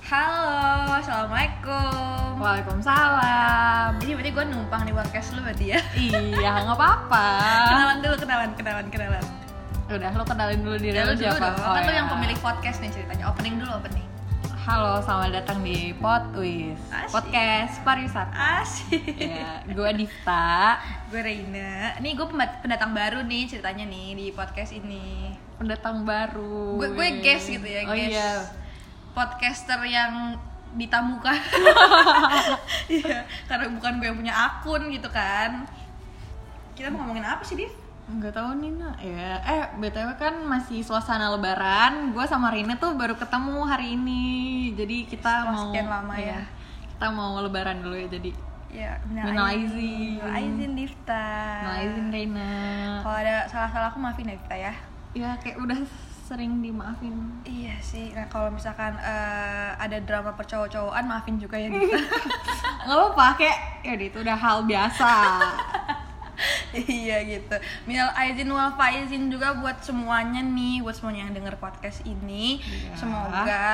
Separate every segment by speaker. Speaker 1: Halo, assalamualaikum.
Speaker 2: Waalaikumsalam.
Speaker 1: Ini berarti gue numpang di podcast lu berarti ya.
Speaker 2: iya, nggak apa-apa.
Speaker 1: Kenalan dulu, kenalan, kenalan, kenalan.
Speaker 2: Udah, lo kenalin dulu diri
Speaker 1: Ya,
Speaker 2: lo
Speaker 1: lu dulu
Speaker 2: siapa?
Speaker 1: dong,
Speaker 2: Oh,
Speaker 1: kan lu
Speaker 2: ya.
Speaker 1: yang pemilik podcast nih ceritanya. Opening dulu, opening.
Speaker 2: Halo, selamat datang di Potwis
Speaker 1: Asik.
Speaker 2: Podcast Pariwisata.
Speaker 1: Asik.
Speaker 2: Ya, gue Difta,
Speaker 1: Gue Reina. Nih gue pendatang baru nih ceritanya nih di podcast ini.
Speaker 2: pendatang baru.
Speaker 1: Gue gue guest gitu ya,
Speaker 2: Oh
Speaker 1: guest.
Speaker 2: iya.
Speaker 1: Podcaster yang ditamukan. Iya, karena bukan gue yang punya akun gitu kan. Kita mau ngomongin apa sih, Div?
Speaker 2: Nggak tahu Nina ya. Eh, BTW kan masih suasana lebaran. Gue sama Rina tuh baru ketemu hari ini. Jadi
Speaker 1: Setelah
Speaker 2: kita mau iya,
Speaker 1: sekian lama ya.
Speaker 2: Kita mau lebaran dulu ya jadi.
Speaker 1: Ya,
Speaker 2: Minal aizin.
Speaker 1: Minal aizin, Difta.
Speaker 2: Nah, izin Rina.
Speaker 1: Kalau ada salah-salah aku maafin ya Difta ya.
Speaker 2: ya kayak udah sering dimaafin
Speaker 1: Iya sih. Nah, kalau misalkan eh, ada drama percowok-cowokan maafin juga ya Difta.
Speaker 2: nggak apa-apa kayak ya itu udah hal biasa
Speaker 1: iya gitu. Minal aizin wal faizin juga buat semuanya nih, buat semuanya yang denger podcast ini.
Speaker 2: Iya.
Speaker 1: Semoga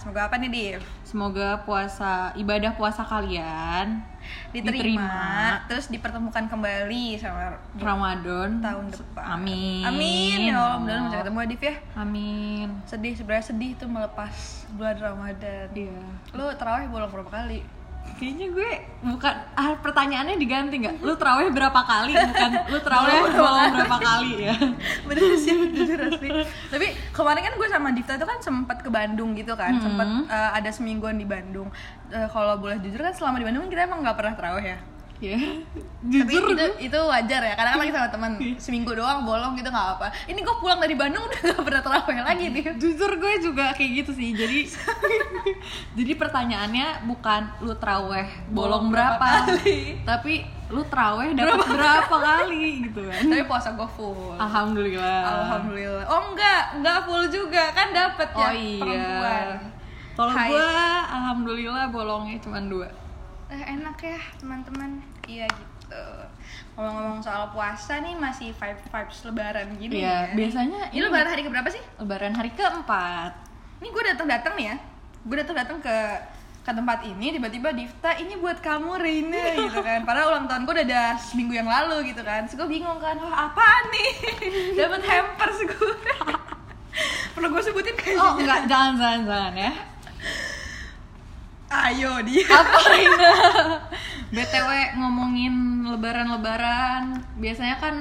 Speaker 1: semoga apa nih, Div?
Speaker 2: semoga puasa ibadah puasa kalian
Speaker 1: Diterima,
Speaker 2: Diterima.
Speaker 1: terus dipertemukan kembali sama
Speaker 2: Ramadan
Speaker 1: tahun depan.
Speaker 2: amin
Speaker 1: Amin. Ya Allah, mudah-mudahan bisa ketemu ya, Div ya.
Speaker 2: amin
Speaker 1: Sedih sebenarnya sedih tuh melepas bulan Ramadan.
Speaker 2: iya
Speaker 1: Lu terawih bolong berapa kali?
Speaker 2: kayaknya gue bukan ah, pertanyaannya diganti nggak lu terawih berapa kali bukan lu terawih bolong berapa kali ya
Speaker 1: bener sih jujur asli tapi kemarin kan gue sama Difta itu kan sempat ke Bandung gitu kan
Speaker 2: Hmm.
Speaker 1: sempat eh, ada semingguan di Bandung Eh, kalau boleh jujur kan selama di Bandung kan kita emang nggak pernah terawih ya
Speaker 2: ya
Speaker 1: tapi
Speaker 2: jujur
Speaker 1: itu, itu wajar ya karena kan lagi sama teman seminggu doang bolong gitu nggak apa ini gue pulang dari Bandung udah nggak pernah terawih lagi nih
Speaker 2: jujur gue juga kayak gitu sih jadi jadi pertanyaannya bukan lu traweh bolong berapa, tapi lu traweh dapat berapa, kali gitu kan
Speaker 1: tapi puasa gue full
Speaker 2: Ah. alhamdulillah
Speaker 1: alhamdulillah oh enggak enggak full juga kan dapet ya
Speaker 2: oh iya
Speaker 1: perempuan
Speaker 2: kalau
Speaker 1: Hai.
Speaker 2: gue alhamdulillah bolongnya cuma dua
Speaker 1: Eh, enak ya teman-teman iya gitu ngomong-ngomong soal puasa nih masih vibe vibes lebaran gini
Speaker 2: Iya,
Speaker 1: ya
Speaker 2: biasanya
Speaker 1: ini lebaran hari keberapa sih
Speaker 2: lebaran hari keempat
Speaker 1: ini gue datang datang nih ya gue datang datang ke ke tempat ini tiba-tiba Difta ini buat kamu Reina
Speaker 2: Iya.
Speaker 1: gitu kan padahal ulang tahun gue udah ada seminggu yang lalu gitu kan terus gue bingung kan wah apaan nih dapat hampers gue perlu gue sebutin kan
Speaker 2: oh enggak jangan jangan jangan ya
Speaker 1: ayo dia
Speaker 2: apa Rina? btw ngomongin lebaran-lebaran biasanya kan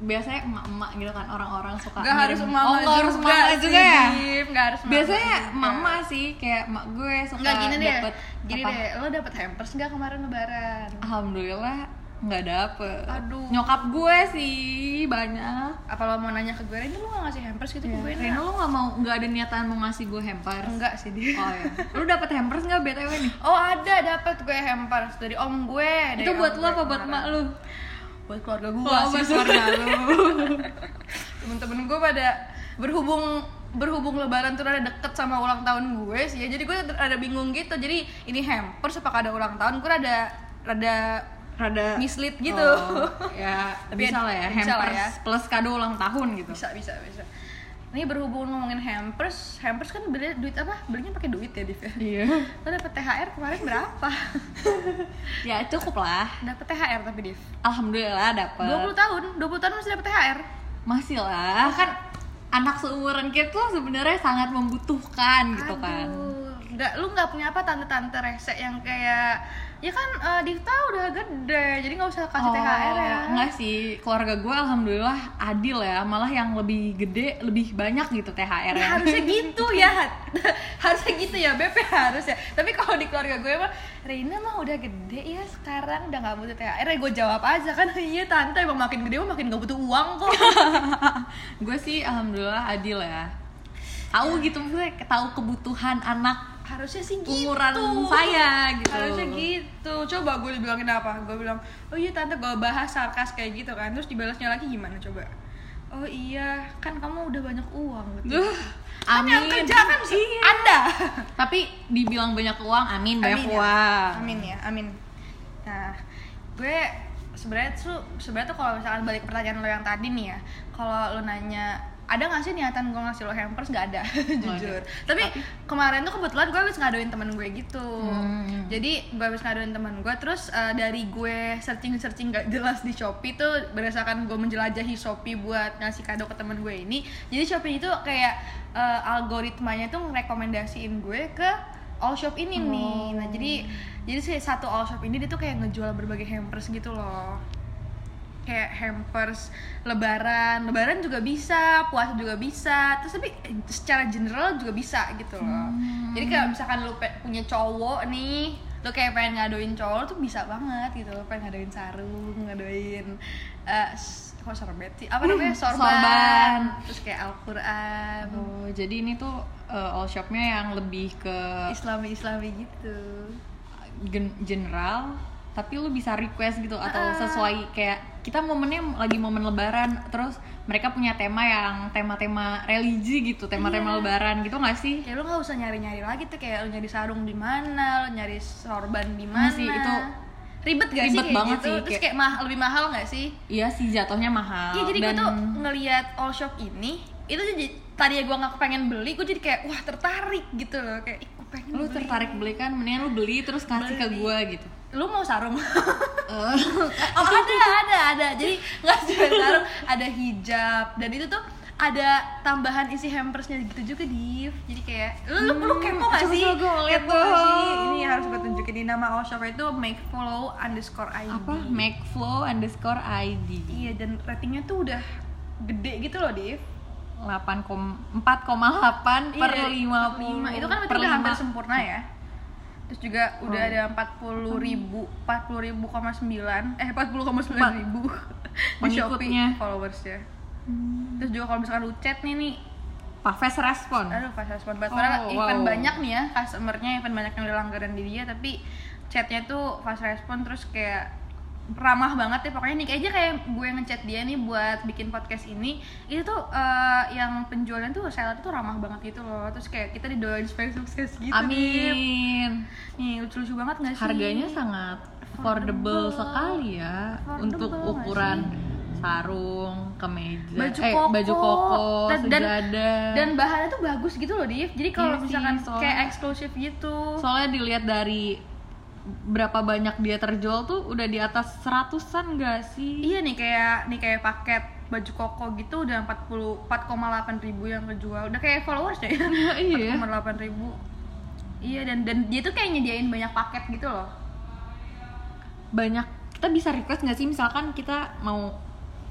Speaker 2: biasanya emak-emak gitu kan orang-orang suka
Speaker 1: nggak harus
Speaker 2: ngirim-
Speaker 1: mama
Speaker 2: oh, nggak harus emak
Speaker 1: sih,
Speaker 2: juga ya
Speaker 1: Dif. nggak harus emak-emak
Speaker 2: biasanya
Speaker 1: juga.
Speaker 2: mama sih kayak emak gue suka
Speaker 1: Enggak gini deh.
Speaker 2: dapet
Speaker 1: Gini
Speaker 2: apa?
Speaker 1: deh, lo dapet hampers nggak kemarin lebaran?
Speaker 2: alhamdulillah nggak dapet
Speaker 1: Aduh.
Speaker 2: nyokap gue sih banyak Ya,
Speaker 1: Apa lo mau nanya ke gue, Rin, lo gak ngasih hampers gitu ke gue? Rin?"
Speaker 2: Reno lu nggak mau nggak ada niatan mau ngasih gue Iya. hampers
Speaker 1: Enggak sih dia.
Speaker 2: oh ya lu dapet hampers nggak btw nih
Speaker 1: Oh ada dapet gue hampers dari om gue. dari
Speaker 2: itu buat
Speaker 1: om
Speaker 2: lu
Speaker 1: gue
Speaker 2: apa buat
Speaker 1: kemarin.
Speaker 2: emak lu
Speaker 1: Buat keluarga gue
Speaker 2: Oh,
Speaker 1: sih.
Speaker 2: buat keluarga lu
Speaker 1: Temen-temen gue pada berhubung berhubung lebaran tuh ada deket sama ulang tahun gue sih ya jadi gue ada bingung gitu jadi ini hampers apakah ada ulang tahun gue ada rada
Speaker 2: rada
Speaker 1: mislead gitu
Speaker 2: Oh, ya
Speaker 1: Tapi
Speaker 2: bisa lah ya
Speaker 1: bisa lah
Speaker 2: hampers
Speaker 1: ya.
Speaker 2: plus kado ulang tahun gitu
Speaker 1: bisa bisa bisa ini berhubung ngomongin hampers hampers kan beli duit apa belinya pakai duit ya Div ya
Speaker 2: iya
Speaker 1: lo dapet THR kemarin berapa?
Speaker 2: ya cukup lah
Speaker 1: dapet THR tapi Div
Speaker 2: alhamdulillah dapet
Speaker 1: 20 tahun, 20 tahun masih dapet THR
Speaker 2: masih lah kan anak seumuran kita tuh sebenarnya sangat membutuhkan gitu kan
Speaker 1: Aduh, nggak, lu nggak punya apa tante-tante rese yang kayak Ya kan eh, Difta udah gede, jadi nggak usah kasih
Speaker 2: Oh,
Speaker 1: THR ya
Speaker 2: enggak sih keluarga gue alhamdulillah adil ya malah yang lebih gede lebih banyak gitu thr
Speaker 1: Ya,
Speaker 2: -nya.
Speaker 1: harusnya gitu ya harusnya gitu ya BP harus ya tapi kalau di keluarga gue mah Reina mah udah gede ya sekarang udah nggak butuh THR ya gue jawab aja kan iya tante emang makin gede mah makin nggak butuh uang kok
Speaker 2: gue sih alhamdulillah adil ya tahu gitu maksudnya tahu kebutuhan anak
Speaker 1: harusnya sih gitu
Speaker 2: umuran saya gitu
Speaker 1: harusnya gitu coba gue dibilangin apa gue bilang oh iya tante gue bahas sarkas kayak gitu kan terus dibalasnya lagi gimana coba oh iya kan kamu udah banyak uang gitu
Speaker 2: Duh,
Speaker 1: kan yang
Speaker 2: amin. Iya.
Speaker 1: kerja kan se- anda
Speaker 2: Tapi dibilang banyak uang, amin banyak
Speaker 1: Amin ya.
Speaker 2: uang.
Speaker 1: amin ya amin nah gue sebenarnya tuh sebenarnya tuh kalau misalkan balik ke pertanyaan lo yang tadi nih ya kalau lo nanya ada nggak sih niatan gue ngasih lo hampers nggak ada jujur
Speaker 2: ada.
Speaker 1: tapi, kemarin tuh kebetulan gue habis ngadoin temen gue gitu
Speaker 2: Hmm.
Speaker 1: jadi gue habis ngadoin temen gue terus eh, dari gue searching searching gak jelas di shopee tuh berdasarkan gue menjelajahi shopee buat ngasih kado ke temen gue ini jadi shopee itu kayak eh, algoritmanya tuh ngerekomendasiin gue ke all shop ini nih nah jadi jadi si satu all shop ini dia tuh kayak ngejual berbagai hampers gitu loh kayak hampers lebaran lebaran juga bisa puasa juga bisa terus tapi eh, secara general juga bisa gitu loh jadi kalau misalkan lu pe- punya cowok nih lu kayak pengen ngadoin cowok lu tuh bisa banget gitu lo pengen ngadoin sarung ngadoin eh s- kok sorbet sih apa namanya sorban,
Speaker 2: sorban.
Speaker 1: terus kayak Al-Qur'an
Speaker 2: Oh, jadi ini tuh eh, all shopnya yang lebih ke
Speaker 1: islami-islami gitu
Speaker 2: gen- general tapi lu bisa request gitu
Speaker 1: Ah.
Speaker 2: atau sesuai kayak kita momennya lagi momen lebaran terus mereka punya tema yang tema-tema religi gitu
Speaker 1: Iya.
Speaker 2: tema-tema lebaran gitu nggak sih
Speaker 1: kayak lu nggak usah nyari-nyari lagi tuh kayak lu nyari sarung di mana lu nyari sorban di mana
Speaker 2: Iya sih, itu
Speaker 1: ribet gak sih
Speaker 2: ribet
Speaker 1: kayak
Speaker 2: banget
Speaker 1: gitu?
Speaker 2: sih,
Speaker 1: terus
Speaker 2: kayak-
Speaker 1: kayak mah lebih mahal gak sih
Speaker 2: iya sih jatuhnya mahal
Speaker 1: Iya jadi
Speaker 2: dan
Speaker 1: gue tuh ngelihat all shop ini itu jadi tadi gue nggak pengen beli gue jadi kayak wah tertarik gitu loh kayak Ih, gue pengen
Speaker 2: lu
Speaker 1: beli.
Speaker 2: tertarik beli kan mendingan lu beli terus kasih ke
Speaker 1: Beli.
Speaker 2: gua gitu
Speaker 1: lu mau sarung
Speaker 2: Eh,
Speaker 1: oh ada ada ada jadi nggak cuma sarung ada hijab dan itu tuh ada tambahan isi hampersnya gitu juga div jadi kayak lu lu, lu kepo gak
Speaker 2: Hmm, coba-
Speaker 1: sih
Speaker 2: coba gua mau lihat
Speaker 1: Kepo nggak
Speaker 2: dong.
Speaker 1: sih? ini harus gue tunjukin di nama all shop itu make follow underscore id
Speaker 2: apa macflow underscore id
Speaker 1: iya dan ratingnya tuh udah gede gitu loh div
Speaker 2: 8 kom- 4,8 per
Speaker 1: Iya,
Speaker 2: 50
Speaker 1: itu kan berarti
Speaker 2: per
Speaker 1: udah hampir
Speaker 2: lima. Hmm.
Speaker 1: sempurna ya terus juga udah ada 40 ribu 40 ribu koma sembilan eh 40 koma sembilan ribu di
Speaker 2: Pengikutnya. Hmm.
Speaker 1: Shopee followersnya terus juga kalau misalkan lu chat nih nih
Speaker 2: Pafes respon
Speaker 1: aduh pas respon banget
Speaker 2: Oh,
Speaker 1: padahal event
Speaker 2: wow.
Speaker 1: banyak nih ya customernya event banyak yang udah langgaran di dia tapi chatnya tuh fast respon terus kayak ramah banget ya pokoknya nih aja kayak gue ngechat dia nih buat bikin podcast ini itu tuh eh, yang penjualan tuh seller tuh ramah banget gitu loh terus kayak kita didoain supaya sukses gitu Dip.
Speaker 2: amin
Speaker 1: nih lucu-lucu banget gak sih
Speaker 2: harganya sangat affordable sekali ya
Speaker 1: Affordable
Speaker 2: untuk
Speaker 1: nggak
Speaker 2: ukuran sarung kemeja
Speaker 1: baju
Speaker 2: eh,
Speaker 1: koko,
Speaker 2: baju koko
Speaker 1: Dan- dan,
Speaker 2: sejadah
Speaker 1: dan bahannya tuh bagus gitu loh Div jadi kalau
Speaker 2: Iya sih,
Speaker 1: misalkan
Speaker 2: soalnya-
Speaker 1: kayak eksklusif gitu
Speaker 2: soalnya dilihat dari berapa banyak dia terjual tuh udah di atas seratusan gak sih
Speaker 1: Iya nih kayak nih kayak paket baju koko gitu udah 40 4,8 ribu yang kejual udah kayak followers deh
Speaker 2: Iya, iya
Speaker 1: 4,8 ribu iya dan dan dia tuh kayak nyediain banyak paket gitu loh
Speaker 2: banyak kita bisa request nggak sih misalkan kita mau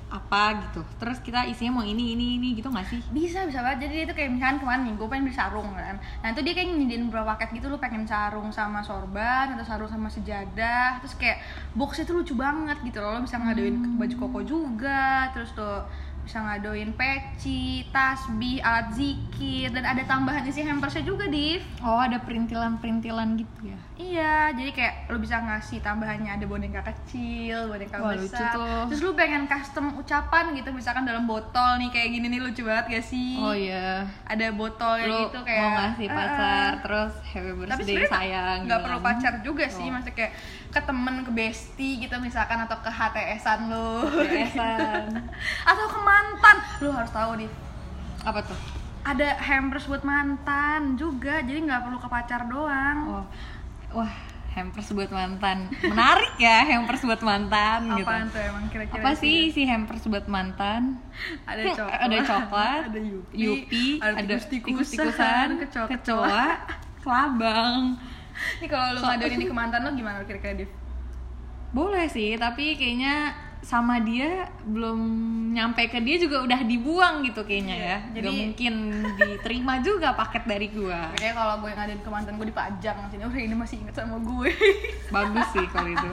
Speaker 2: apa gitu terus kita isinya mau ini ini ini gitu nggak sih
Speaker 1: bisa bisa banget jadi dia tuh kayak misalkan kemarin nih gue pengen beli sarung kan nah itu dia kayak nyediain beberapa paket gitu lo pengen sarung sama sorban atau sarung sama sejadah terus kayak boxnya tuh lucu banget gitu loh lo bisa ngadoin
Speaker 2: Hmm.
Speaker 1: baju koko juga terus lo bisa ngadoin peci, tasbih, alat zikir dan ada tambahan isi hampersnya juga div
Speaker 2: oh ada perintilan perintilan gitu ya
Speaker 1: Iya, jadi kayak lu bisa ngasih tambahannya ada boneka kecil, boneka
Speaker 2: Wah, lucu
Speaker 1: besar.
Speaker 2: tuh.
Speaker 1: Terus lu pengen custom ucapan gitu, misalkan dalam botol nih kayak gini nih lucu banget gak sih?
Speaker 2: oh iya
Speaker 1: Ada botol yang
Speaker 2: Lu
Speaker 1: gitu kayak
Speaker 2: mau ngasih
Speaker 1: eh, eh.
Speaker 2: pacar terus happy
Speaker 1: Tapi
Speaker 2: birthday
Speaker 1: sebenarnya
Speaker 2: sayang
Speaker 1: nggak
Speaker 2: gitu
Speaker 1: perlu
Speaker 2: kan.
Speaker 1: pacar juga sih,
Speaker 2: Oh.
Speaker 1: maksudnya kayak ke temen, ke bestie gitu misalkan atau ke HTS-an lu.
Speaker 2: Beresan.
Speaker 1: atau ke mantan. Lu harus tahu nih,
Speaker 2: apa tuh
Speaker 1: ada hampers buat mantan juga, jadi nggak perlu ke pacar doang.
Speaker 2: oh. wah hampers buat mantan menarik ya hampers buat mantan gitu
Speaker 1: Apaan tuh emang kira-kira
Speaker 2: apa
Speaker 1: isinya?
Speaker 2: sih isi hampers buat mantan
Speaker 1: ada
Speaker 2: Hmm,
Speaker 1: coklat,
Speaker 2: ada coklat,
Speaker 1: ada yupi,
Speaker 2: yupi, ada tikus-tikusan,
Speaker 1: tikus-tikusan, kecoa.
Speaker 2: kecoa, kelabang.
Speaker 1: Ini kalau lu
Speaker 2: So-
Speaker 1: ngaduin ini ke mantan lo gimana lu kira-kira Div?
Speaker 2: Boleh sih, tapi kayaknya sama dia belum nyampe ke dia juga udah dibuang gitu kayaknya
Speaker 1: Iya,
Speaker 2: ya. Jadi
Speaker 1: jadi-
Speaker 2: mungkin diterima juga paket dari gua.
Speaker 1: Kayaknya kalau gue ngaduin ke mantan gue dipajang sini, oh ini masih inget sama gue
Speaker 2: Bagus sih kalau itu.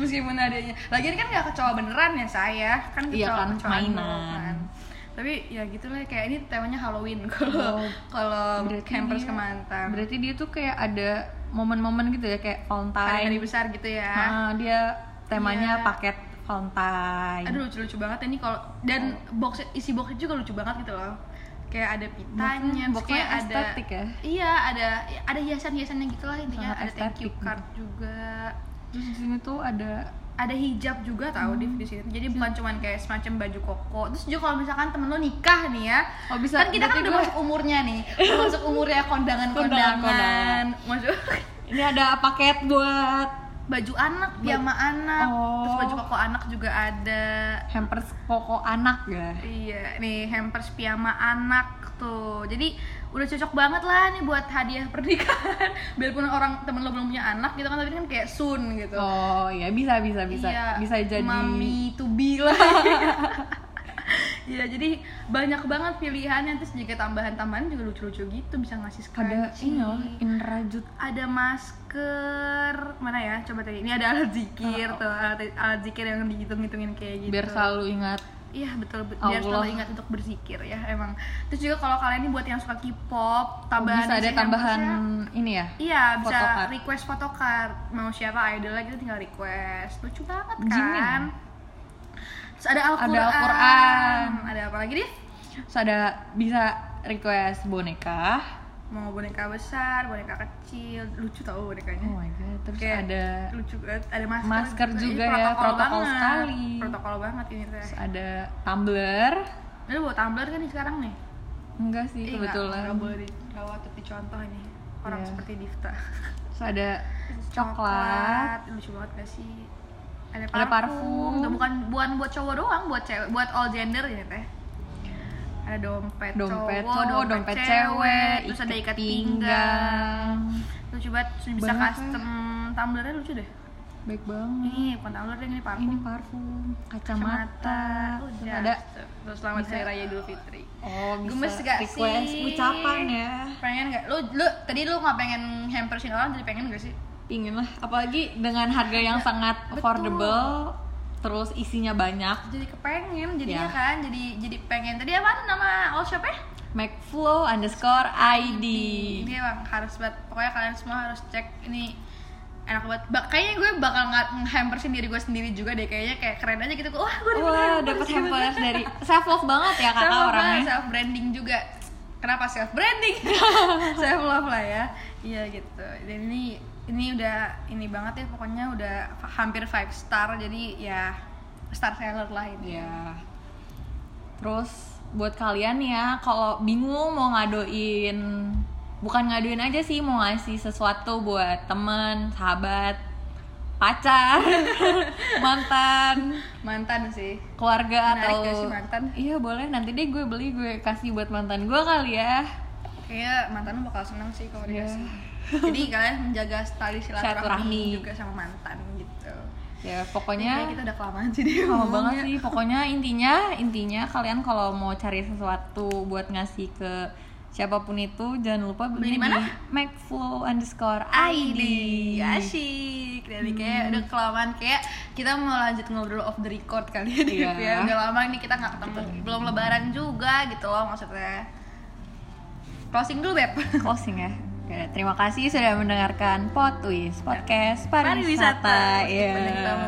Speaker 1: Meskipun adanya, lagian kan gak kecoa beneran ya saya Kan kecoa
Speaker 2: Iya kan,
Speaker 1: kecoaan lo,
Speaker 2: mainan.
Speaker 1: kan. Tapi ya gitu lah, kayak ini temanya Halloween kalau
Speaker 2: Oh.
Speaker 1: kalau
Speaker 2: Berarti
Speaker 1: campers
Speaker 2: dia-
Speaker 1: ke mantan
Speaker 2: Berarti dia tuh kayak ada momen-momen gitu ya kayak
Speaker 1: Hari-hari
Speaker 2: Valentine.
Speaker 1: besar gitu ya
Speaker 2: Nah, dia
Speaker 1: Iya.
Speaker 2: temanya paket Valentine.
Speaker 1: Aduh lucu-lucu banget ini kalau dan box isi boxnya juga lucu banget gitu loh. Kayak ada pitanya,
Speaker 2: Boxnya- boxnya
Speaker 1: pokoknya ada
Speaker 2: estetik ya?
Speaker 1: Iya, ada ada hiasan-hiasannya gitu lah intinya.
Speaker 2: Sangat
Speaker 1: ada thank you
Speaker 2: estetik.
Speaker 1: card juga.
Speaker 2: Terus di sini tuh ada
Speaker 1: ada hijab juga tau Div, di
Speaker 2: Hmm.
Speaker 1: sini. Jadi bukan cuman kayak semacam baju koko. Terus juga kalau misalkan temen lo nikah nih ya,
Speaker 2: Oh, bisa.
Speaker 1: kan kita kan
Speaker 2: Berarti
Speaker 1: udah
Speaker 2: gue-
Speaker 1: masuk umurnya nih, udah masuk umurnya kondangan-kondangan,
Speaker 2: Kondangan-kondangan.
Speaker 1: masuk
Speaker 2: Ini ada paket buat
Speaker 1: baju anak, piyama anak,
Speaker 2: Oh.
Speaker 1: terus baju koko anak juga ada.
Speaker 2: hampers koko anak ya.
Speaker 1: Iya, nih hampers piyama anak tuh. Jadi udah cocok banget lah nih buat hadiah pernikahan. Biarpun orang temen lo belum punya anak gitu kan, tapi kan kayak soon gitu.
Speaker 2: Oh iya bisa bisa bisa
Speaker 1: Iya,
Speaker 2: bisa jadi
Speaker 1: mami to be lah ya jadi banyak banget pilihannya terus juga tambahan-tambahan juga lucu-lucu gitu bisa ngasih
Speaker 2: ada
Speaker 1: scrunchie.
Speaker 2: ini loh inrajut
Speaker 1: ada masker mana ya coba tadi ini ada alat zikir tuh alat, alat zikir yang dihitung-hitungin kayak gitu
Speaker 2: Oh. biar selalu ingat
Speaker 1: Iya betul be- biar
Speaker 2: Allah.
Speaker 1: selalu ingat untuk berzikir ya emang. Terus juga kalau kalian nih buat yang suka K-pop,
Speaker 2: Oh,
Speaker 1: tambahan
Speaker 2: bisa ada
Speaker 1: Instagram
Speaker 2: tambahan
Speaker 1: terusnya-
Speaker 2: ini ya
Speaker 1: Iya, bisa
Speaker 2: Photocard.
Speaker 1: request photocard mau siapa idolnya gitu tinggal request. Lucu banget kan?
Speaker 2: Jimin.
Speaker 1: Terus ada Al-Qur'an.
Speaker 2: Ada Al-Qur'an.
Speaker 1: Ada apa lagi nih?
Speaker 2: Terus ada bisa request boneka
Speaker 1: Mau boneka besar, boneka kecil, lucu tau
Speaker 2: oh
Speaker 1: bonekanya.
Speaker 2: my god terus
Speaker 1: Kayak
Speaker 2: ada
Speaker 1: lucu banget. Ada masker,
Speaker 2: Masker
Speaker 1: Ini
Speaker 2: juga ya, protokol
Speaker 1: banget.
Speaker 2: sekali.
Speaker 1: Protokol banget ini teh.
Speaker 2: terus ada tumbler
Speaker 1: Ini bawa tumbler kan nih sekarang nih?
Speaker 2: enggak
Speaker 1: Ih,
Speaker 2: sih
Speaker 1: nggak-
Speaker 2: Iya, kebetulan
Speaker 1: Iya, nggak boleh di- nggak patut dicontoh nih orang
Speaker 2: Iya.
Speaker 1: seperti Difta.
Speaker 2: terus ada coklat
Speaker 1: lucu banget gak sih ada parfum,
Speaker 2: Ada parfum.
Speaker 1: Tuh, bukan bukan buat cowok doang buat cewek buat all gender ya teh ada dompet,
Speaker 2: dompet
Speaker 1: cowok,
Speaker 2: cowok dompet cewek
Speaker 1: terus ada ikat pinggang lucu banget terus bisa
Speaker 2: Banyak, ya.
Speaker 1: custom tumblernya lucu deh
Speaker 2: baik banget
Speaker 1: ini bukan tumbler deh ini parfum
Speaker 2: ini parfum kacamata terus
Speaker 1: udah
Speaker 2: ada
Speaker 1: terus selamat
Speaker 2: bisa-
Speaker 1: hari raya Idul Fitri
Speaker 2: oh bisa
Speaker 1: Gemes gak
Speaker 2: request
Speaker 1: sih?
Speaker 2: ucapan ya
Speaker 1: pengen gak lu lu tadi lu nggak pengen hampersin orang jadi pengen gak sih
Speaker 2: pingin lah apalagi dengan harga yang
Speaker 1: Iya,
Speaker 2: sangat affordable terus isinya banyak
Speaker 1: jadi kepengen jadinya
Speaker 2: Ya.
Speaker 1: kan jadi jadi pengen tadi apa nama all shop ya
Speaker 2: McFlow underscore ID
Speaker 1: Ini emang Iya, harus banget. Pokoknya kalian semua harus cek ini enak banget. Ba- kayaknya gue bakal nggak hampersin diri gue sendiri juga deh. Kayaknya kayak keren aja gitu. Wah, gue dapet
Speaker 2: wah
Speaker 1: hampers
Speaker 2: dapat
Speaker 1: gitu.
Speaker 2: hampers dari self love banget ya
Speaker 1: Sama
Speaker 2: kakak
Speaker 1: banget,
Speaker 2: orangnya
Speaker 1: self branding juga. Kenapa self branding? self love lah ya. Iya gitu. Dan ini ini udah ini banget ya pokoknya udah fa- hampir 5 star jadi ya star seller lah ini.
Speaker 2: ya terus buat kalian ya kalau bingung mau ngadoin bukan ngadoin aja sih mau ngasih sesuatu buat temen sahabat pacar mantan
Speaker 1: Mantan sih.
Speaker 2: keluarga
Speaker 1: Menarik
Speaker 2: atau
Speaker 1: gak sih mantan?
Speaker 2: iya boleh nanti deh gue beli gue kasih buat mantan gue kali ya
Speaker 1: Kayaknya mantan lu bakal seneng sih kalau
Speaker 2: Iya.
Speaker 1: dikasih. Jadi kalian menjaga tali silaturahmi
Speaker 2: Silaturahmi.
Speaker 1: juga sama mantan gitu.
Speaker 2: ya
Speaker 1: Kayaknya
Speaker 2: pokoknya
Speaker 1: kita udah kelamaan sih deh.
Speaker 2: lama
Speaker 1: ngomongnya.
Speaker 2: banget sih pokoknya intinya intinya kalian kalau mau cari sesuatu buat ngasih ke siapapun itu jangan lupa
Speaker 1: Beli di
Speaker 2: beli,
Speaker 1: mana?
Speaker 2: Macflow underscore
Speaker 1: ID
Speaker 2: ID
Speaker 1: asik dari kayak udah kelamaan kayak kita mau lanjut ngobrol off the record kali ya, Div,
Speaker 2: Iya.
Speaker 1: ya udah lama nih kita nggak ketemu belum lebaran juga gitu loh maksudnya closing dulu beb
Speaker 2: closing ya Ya, terima kasih sudah mendengarkan Potwis podcast
Speaker 1: Pariwisata.
Speaker 2: pariwisata, Iya.
Speaker 1: Mending kita